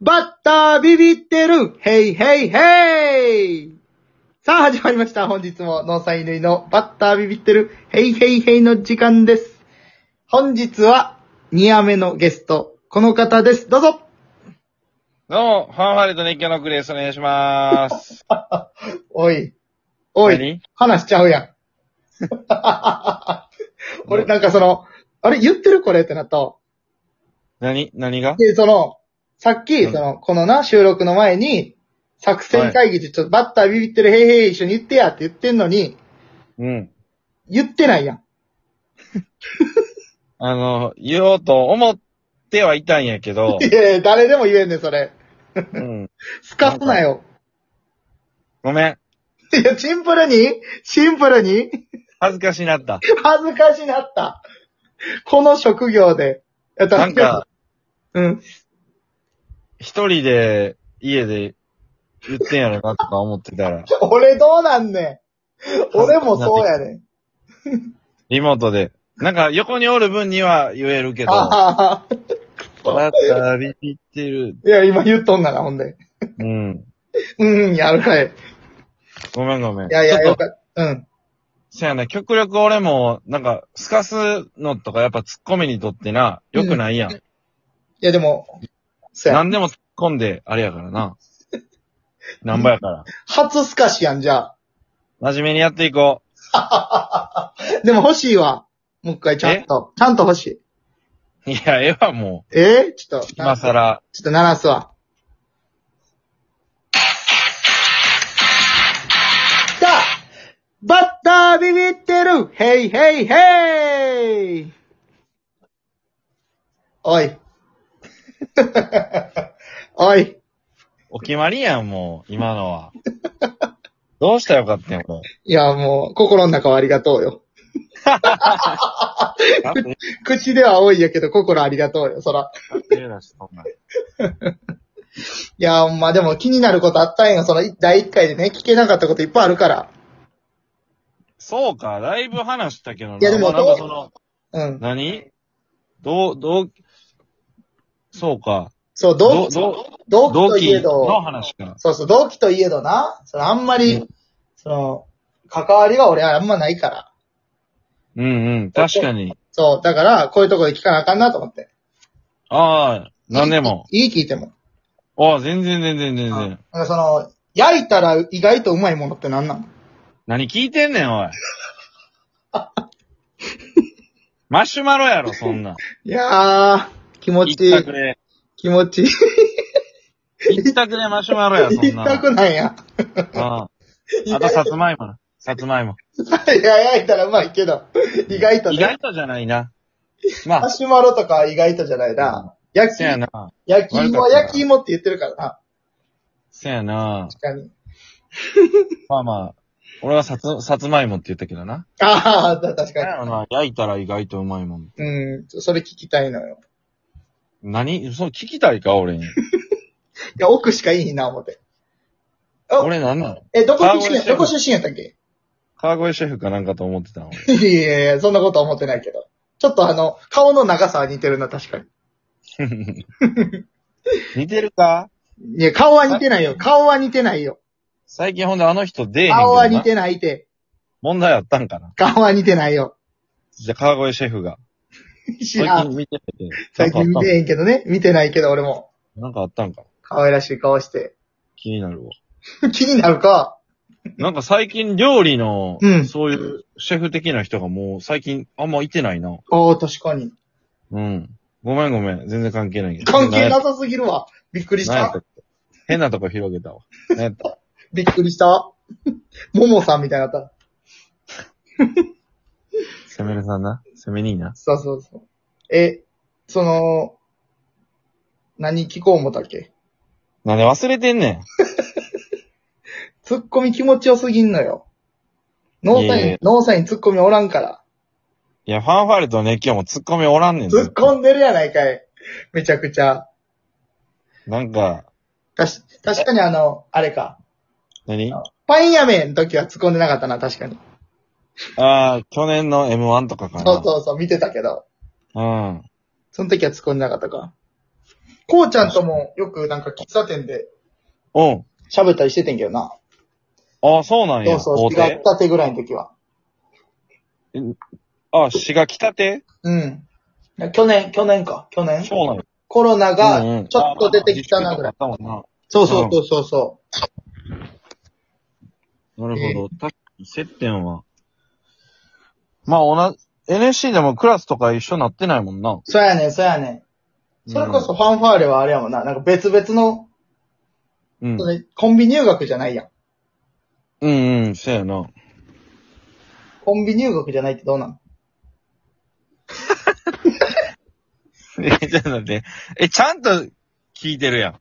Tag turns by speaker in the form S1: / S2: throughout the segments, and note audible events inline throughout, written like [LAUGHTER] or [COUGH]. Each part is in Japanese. S1: バッタービビってるヘイヘイヘイさあ始まりました。本日も農産類のバッタービビってるヘイヘイヘイの時間です。本日は2夜目のゲスト、この方です。どうぞ
S2: どうも、ファンファレット熱狂のクレースお願いしまーす。
S1: おい、 [LAUGHS] おい、
S2: 何
S1: 話しちゃうや
S2: [LAUGHS]
S1: ん。俺なんかその、あれ言ってるこれってなった。
S2: 何何が
S1: で、その、さっき、
S2: うん
S1: その、このな、収録の前に、作戦会議でちょっとバッタービビってる、へいへい一緒に言ってやって言ってんのに、
S2: うん。
S1: 言ってないやん。、
S2: あの、言おうと思ってはいたんやけど
S1: [LAUGHS] いやいや誰でも言えんねん、それ。
S2: うん。
S1: すかすなよ。
S2: ごめん。
S1: いや、シンプルにシンプルに
S2: 恥ずかし
S1: [LAUGHS]
S2: なった。
S1: 恥ずかしなった。この職業で。いや
S2: なんか、、
S1: 助けうん。
S2: 一人で、家で、言ってんやろなとか思ってたら、
S1: 俺どうなんねん。俺もそうやねん。
S2: リモートで。なんか、横におる分には言えるけど、だ
S1: ああ、
S2: ったらビビってる。
S1: いや、今言っとんなら、ほんで。
S2: うん。
S1: うん、やるかい。
S2: ごめんごめん。
S1: いやいや、
S2: ちょ
S1: よ
S2: っと、
S1: かった。うん。
S2: せやな、極力俺も、なんか、すかすのとかやっぱ突っ込みにとってな、良くないやん
S1: いや、でも、そうや。
S2: 何でも突っ込んで、あれやからな。 [LAUGHS] なんぼやから。
S1: 初スカシやん、じゃ
S2: 真面目にやっていこ
S1: あ。でも欲しいわ。もう一回、ちゃんと。ちゃんと欲しい。
S2: う。いや、ええわ、も
S1: えー、ちょっ
S2: う。
S1: と、
S2: 今更。
S1: ちょっと鳴らすわ。来たバッタービビってるヘイヘイヘイおい。 [LAUGHS] おい。
S2: お決まりやん、もう。今のは。どうしたらよかったんや、俺。
S1: いや、もう、心の中はありがとうよ。
S2: なんて
S1: 口では多いやけど、心ありがとうよ、そら。
S2: 言うなし、そんなん
S1: いや、ほんまあでも気になることあったんよ。その第一回でね、聞けなかったこといっぱいあるから。
S2: そうか、だいぶ話したけどな。
S1: いやでも
S2: うなんかその、
S1: うん。
S2: 何どう、どう、そうか。
S1: そう、同
S2: ど、
S1: 期、
S2: ど、
S1: 同期
S2: 同
S1: とい
S2: 期
S1: え
S2: の
S1: ど、
S2: 話か。
S1: そうそう、同期といえどな、そのあんまり、
S2: うん
S1: その、関わりは俺はあんまないから。
S2: うんうん、確かに。
S1: そう、だから、こういうとこで聞かなあかんなと思って。
S2: ああ、なんでも。
S1: いい聞いても。
S2: ああ、全然全然全
S1: うん
S2: 然。
S1: なんかその、焼いたら意外とうまいものってなんなの
S2: 何聞いてんねん、おい。 [LAUGHS] マシュマロやろ、そんなん。
S1: いやー、気持ちい
S2: 一
S1: い。
S2: 択で。
S1: 気持ちいい。
S2: 一択でマシュマロや、そ
S1: 一
S2: んなん。
S1: 択なんや。
S2: うん。あと、さつまいもな。さつまいも。
S1: いや、焼いたらうまいけど、意外とね。
S2: 意外とじゃないな。ま
S1: マ
S2: あ、
S1: シュマロとかは意外とじゃないな。焼き
S2: せ、やな。
S1: 焼き芋は
S2: 悪かったな
S1: 焼き芋って言ってるからな。
S2: せやな。
S1: 確かに。
S2: まあまあ、俺はさつ、さつまいもって言ったけどな。
S1: ああ、だ確
S2: せ
S1: か
S2: やろな、焼いたら意外とうまいもん。
S1: に。うん、それ聞きたいのよ。
S2: 何そう、聞きたいか、俺に。
S1: いや、奥しかいいひな、思って。あ
S2: 俺なんなの
S1: え、どこ出
S2: 川
S1: 身
S2: 越
S1: どこ出身やったっけ [LAUGHS]
S2: 川越シェフかなんかと思ってたの。俺
S1: いやいやいや、そんなことは思ってないけど。ちょっとあの、顔の長さは似てるな、確かに。
S2: 似てるか
S1: いや、顔は似てないよ。顔は似てないよ。
S2: 最近ほんであの人出えへんけどな
S1: 顔は似てないって。
S2: 問題あったんかな
S1: 顔は似てないよ。
S2: じゃあ、川越シェフが。
S1: 知
S2: [LAUGHS] 最
S1: ら
S2: 近
S1: ん。
S2: 見てて。
S1: 最近見てへんけどね。見てないけど、俺も。
S2: なんかあったんか。
S1: 可愛らしい顔して。
S2: 気になるわ。
S1: 気になるか。
S2: なんか最近料理の、
S1: うん
S2: そういうシェフ的な人がもう最近あんまいてないな。
S1: ああ、確かに。
S2: うん。ごめんごめん。全然関係ないけど。
S1: 関係
S2: い。
S1: なさすぎるわ。びっくりし
S2: 何やった
S1: た
S2: っ。け変なとこ広げたわ。何やった
S1: びっくりした。 [LAUGHS] ももさんみたいになった。
S2: 攻めるさんな。攻めにいいな。
S1: そうそうそう。え、その、何聞こう思ったっけ
S2: なんで忘れてんねん。
S1: ツッコミ気持ちよすぎんのよ。ノーサ
S2: いやい
S1: イン
S2: や、
S1: ノーサインツッコミおらんから。
S2: いや、ファンファーレと熱狂も突っ込みおらんねん。
S1: 突っ込んでるやないかい。めちゃくちゃ。
S2: なんか、
S1: たし、確かにあの、あれか。
S2: 何
S1: パインやめん時は突っ込んでなかったな、確かに。
S2: ああ、去年の M1 とかかな。
S1: そうそうそう、見てたけど。
S2: うん。
S1: その時は突っ込んでなかったか。こうちゃんともよくなんか喫茶店で
S2: うん。
S1: 喋ったりしててんけどな。
S2: ああ、そうなん
S1: そ
S2: や。
S1: うそう、
S2: 大
S1: 日が
S2: 手
S1: 来たてぐらいの時は。
S2: ああ、滋賀北手
S1: うん。去年、去年か、去年。
S2: そうなんや。
S1: コロナ
S2: うんう
S1: が
S2: ん
S1: ちょっと出てきたなぐらい。。
S2: ああああ自粛とかあったもんな。
S1: そうそうそうそうそ
S2: なるほど。確かに接点は。まあ、同じ、NSC でもクラスとか一緒になってないもんな。
S1: う。そうやねん、そうやねん。それこそファンファーレはあれやもんな。なんか別々の、
S2: うん。うん
S1: コンビ入学じゃないやん。
S2: うん、うん、そうやな。 [LAUGHS]
S1: コンビ入学じゃないってどうなん
S2: え、ちょっと待って。え、ちゃんと聞いてるやん。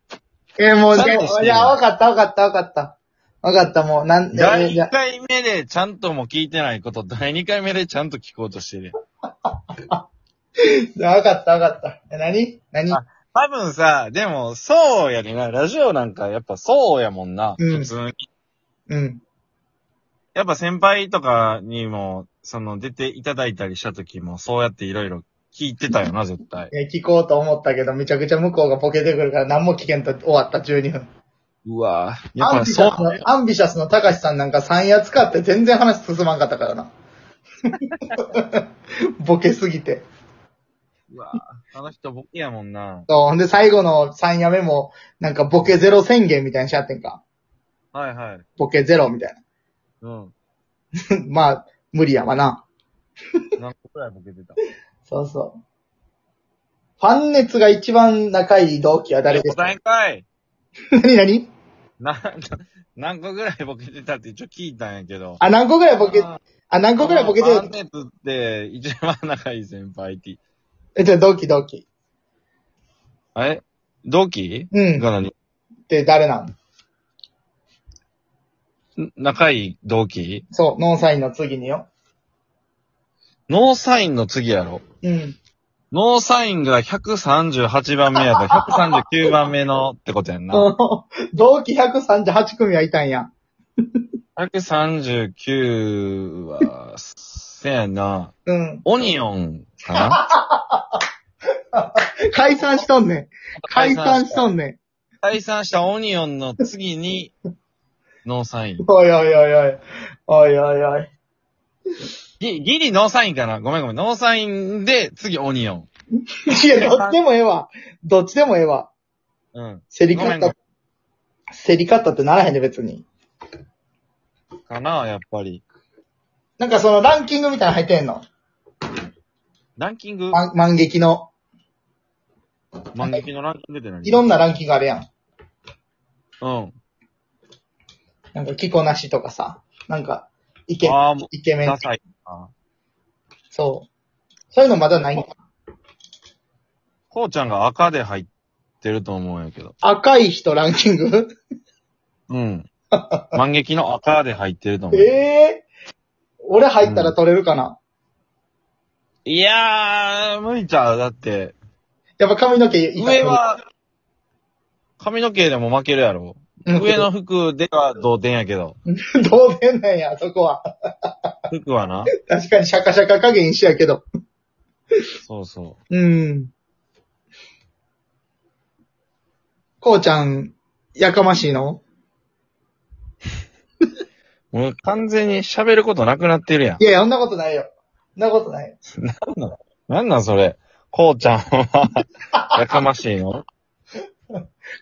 S1: えーもう、
S2: ちゃん
S1: じ
S2: と
S1: ゃ
S2: して
S1: あ、
S2: る
S1: いやわかった、わかった、わかった。わかった、もう、なん、えー
S2: 第
S1: じゃ
S2: 1回目でちゃんとも聞いてないこと、第2回目でちゃんと聞こうとしてるやん。
S1: あわかった、わかった。え、何何
S2: あ多分さ、でも、そうやねんな。ラジオなんかやっぱそうやもんな。
S1: うん
S2: 普通に。
S1: うん。
S2: やっぱ先輩とかにも、その出ていただいたりした時も、そうやっていろいろ聞いてたよな、絶対。
S1: いや、聞こうと思ったけど、めちゃくちゃ向こうがボケてくるから何も聞けんと終わった、12分。
S2: うわぁ。やっ
S1: アン
S2: ぱ
S1: ビシャ
S2: そう
S1: ス。の、アンビシャスの高橋さんなんか3夜使って全然話進まんかったから [LAUGHS] な。ボケすぎて。
S2: うわぁ。あの人ボケやもんな。
S1: そう、ほんで最後の3夜目も、なんかボケゼロ宣言みたいにしちゃってんか。
S2: はいはい。
S1: ボケゼロみたい
S2: うん。
S1: な。 [LAUGHS] まあ、無理やわな。
S2: 何個くらいボケてた。
S1: そうそう。ファン熱が一番仲いい同期は誰です
S2: 答
S1: か
S2: えんかい。
S1: 何何
S2: な、何個ぐらいボケてたって一応聞いたんやけど。
S1: あ、何個ぐらいボケ、
S2: あ
S1: あ、何個ぐらいボケて
S2: ファ
S1: る
S2: ンネットって一番仲いい先輩って。
S1: え、じゃあ同期同期。
S2: あれ同期
S1: うん
S2: が何
S1: って誰なん
S2: ん仲いい同期
S1: そう、ノンサインの次によ。
S2: ノーサインの次やろ。
S1: うん。
S2: ノーサインが138番目やから139番目のってことやんな。
S1: [LAUGHS] 同期138組はいたんや。
S2: 139は、せやな。
S1: うん。
S2: オニオンかな
S1: 解散しとんねん。解散し
S2: した。
S1: とんね
S2: 解散したオニオンの次に、ノーサイン
S1: ん。。おいおいおいおい。おいおいおい。
S2: ギギリノーサインかなごめんごめん。ノーサインで、次オニオン。
S1: いや、どっちでもええわ。どっちでもええわ。
S2: うん。
S1: 競り
S2: ごめ
S1: 勝
S2: ん
S1: っ
S2: ごめ
S1: た。競り勝ったってならへんで別に。
S2: ん。かなやっぱり。
S1: なんかそのランキングみたいなの入ってんの。
S2: ランキング
S1: ま万劇の。
S2: 万劇のランキングって何
S1: いろんなランキングあるやん。
S2: うん。
S1: なんか、キコなしとかさ。なんか、イケ、
S2: ああ、も
S1: イケ
S2: う、
S1: メン
S2: ダ。サいな。
S1: そう。そういうのまだないんか
S2: こうちゃんが赤で入ってると思うんやけど。
S1: 赤い人ランキング [LAUGHS]
S2: うん。万劇の赤で入ってると思
S1: え
S2: う。
S1: え俺入ったら取れるかな、
S2: いやー、無理ちゃう。だって、
S1: やっぱ髪の毛いいから
S2: 上、は、髪の毛でも負けるやろ。
S1: うん [LAUGHS]
S2: 上の。服では同点やけど。
S1: 同点なんや、そこは。
S2: 服はな。
S1: 確かにシャカシャカ加減一緒やけど。
S2: そうそ
S1: うん。こうちゃん、やかましいの
S2: う。もう完全に喋ることなくなってるやん
S1: い。やいや、そんなことないよ。そんなことないよ。
S2: なんなんそれ。こうちゃんは、 [LAUGHS] やかましいの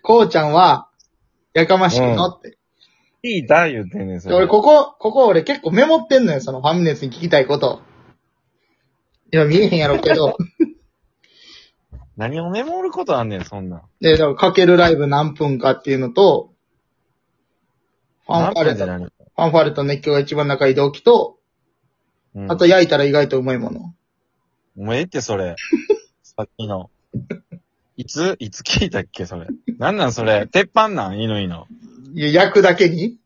S1: こうちゃんは、やかましいのって。
S2: いいだ言うてんねん、そ
S1: で
S2: れ。
S1: 俺、ここ、ここ俺結構メモってんのよ、そのファミレスに聞きたいこと。いや、見えへんやろうけ [LAUGHS] ど。
S2: 何をメモることあんねん、そんなん。
S1: で、だから、かけるライブ何分かっていうのと、ファンファレ
S2: なんて
S1: と、ファ
S2: 何
S1: ンファレと熱狂が一番仲いい動機と、
S2: うん
S1: あと焼いたら意外とうまいもの。
S2: もうええって、それ。 [LAUGHS] さっきの。いつ、いつ聞いたっけ、それ。なんなん、それ。鉄板なんいいのいいの。
S1: いや焼くだけに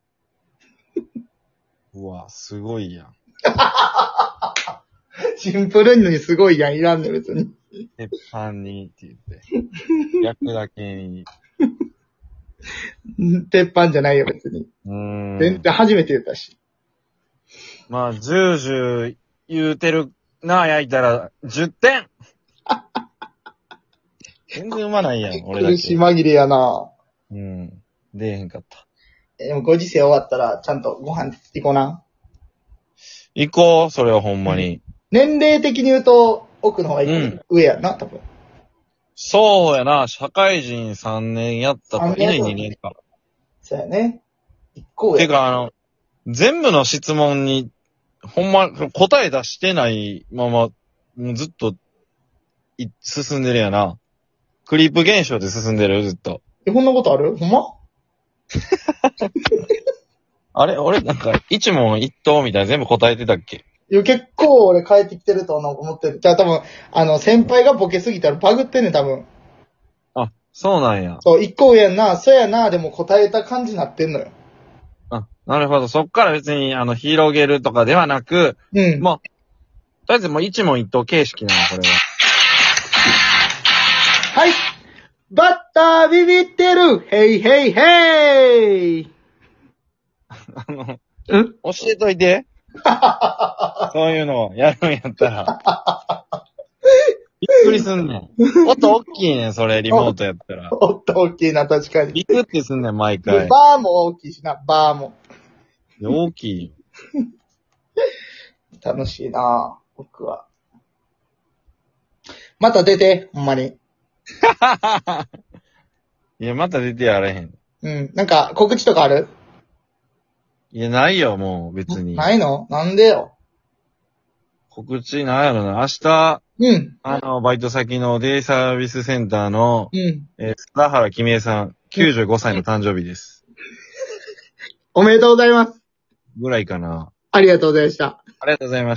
S1: [LAUGHS]
S2: うわ、すごいやん。
S1: シンプルにのにすごいやん、いらんねん、別に。
S2: 鉄板に、って言って。焼くだけに。
S1: 鉄板じゃないよ、別に。
S2: うー
S1: 全
S2: ん。
S1: 然初めて言ったし。
S2: まあ、ジュージュー言うてるな、焼いたら、10点全然うまないやん、俺だ
S1: 苦し
S2: け。
S1: 紛れやな。
S2: うん。出えへんかった。
S1: えでもご時世終わったら、ちゃんとご飯作っていこうな。
S2: 行こう、それはほんまに。
S1: 年齢的に言うと、奥の方がいい、
S2: うん
S1: 上やな、多分。
S2: そうやな、社会人3年やったと
S1: 3年
S2: ね、2年か。
S1: そうやね。一個上。
S2: てか、あの、全部の質問に、ほんま、答え出してないまま、もうずっと、い、進んでるやな。クリープ現象で進んでる、ずっと。
S1: え、こんなことあるほんま
S2: あれ俺なんか、一問一答みたいな全部答えてたっけ
S1: いや、結構俺帰ってきてるとなんか思ってる。じゃあ多分、あの、先輩がボケすぎたらバグってんねん、多分。
S2: あ、そうなんや。
S1: そう、一個上やんな、そうやな、でも答えた感じになってんのよ。
S2: あ、なるほど。そっから別に、あの、広げるとかではなく、
S1: うん。
S2: もう、とりあえずもう一問一答形式なの、これは。
S1: はいバッタービビってるヘイヘイヘイ
S2: あの、
S1: うん
S2: 教えとい [LAUGHS] て。そういうのをやるんやったら。びっくりすんねん。音大きいねん、それ、リモートやったら。
S1: おっと、大きいな、確かに。
S2: びくってすんねん、毎
S1: で
S2: 回。
S1: バーも大きいしな、バーも。
S2: 大きいよ。
S1: 楽しいな僕は。また出て、ほんまに。
S2: いや、また出てやれへん。
S1: うん。なんか、告知とかある
S2: いや、ないよ、もう、別に。
S1: ないのなんでよ。
S2: 告知なんやろな。明日、
S1: うん。
S2: あの、バイト先のデイサービスセンターの、
S1: うん。
S2: えー、須原きみえさん、95歳の誕生日です。
S1: おめでとうございます。
S2: ぐらいかな。
S1: ありがとうございました。
S2: ありがとうございました。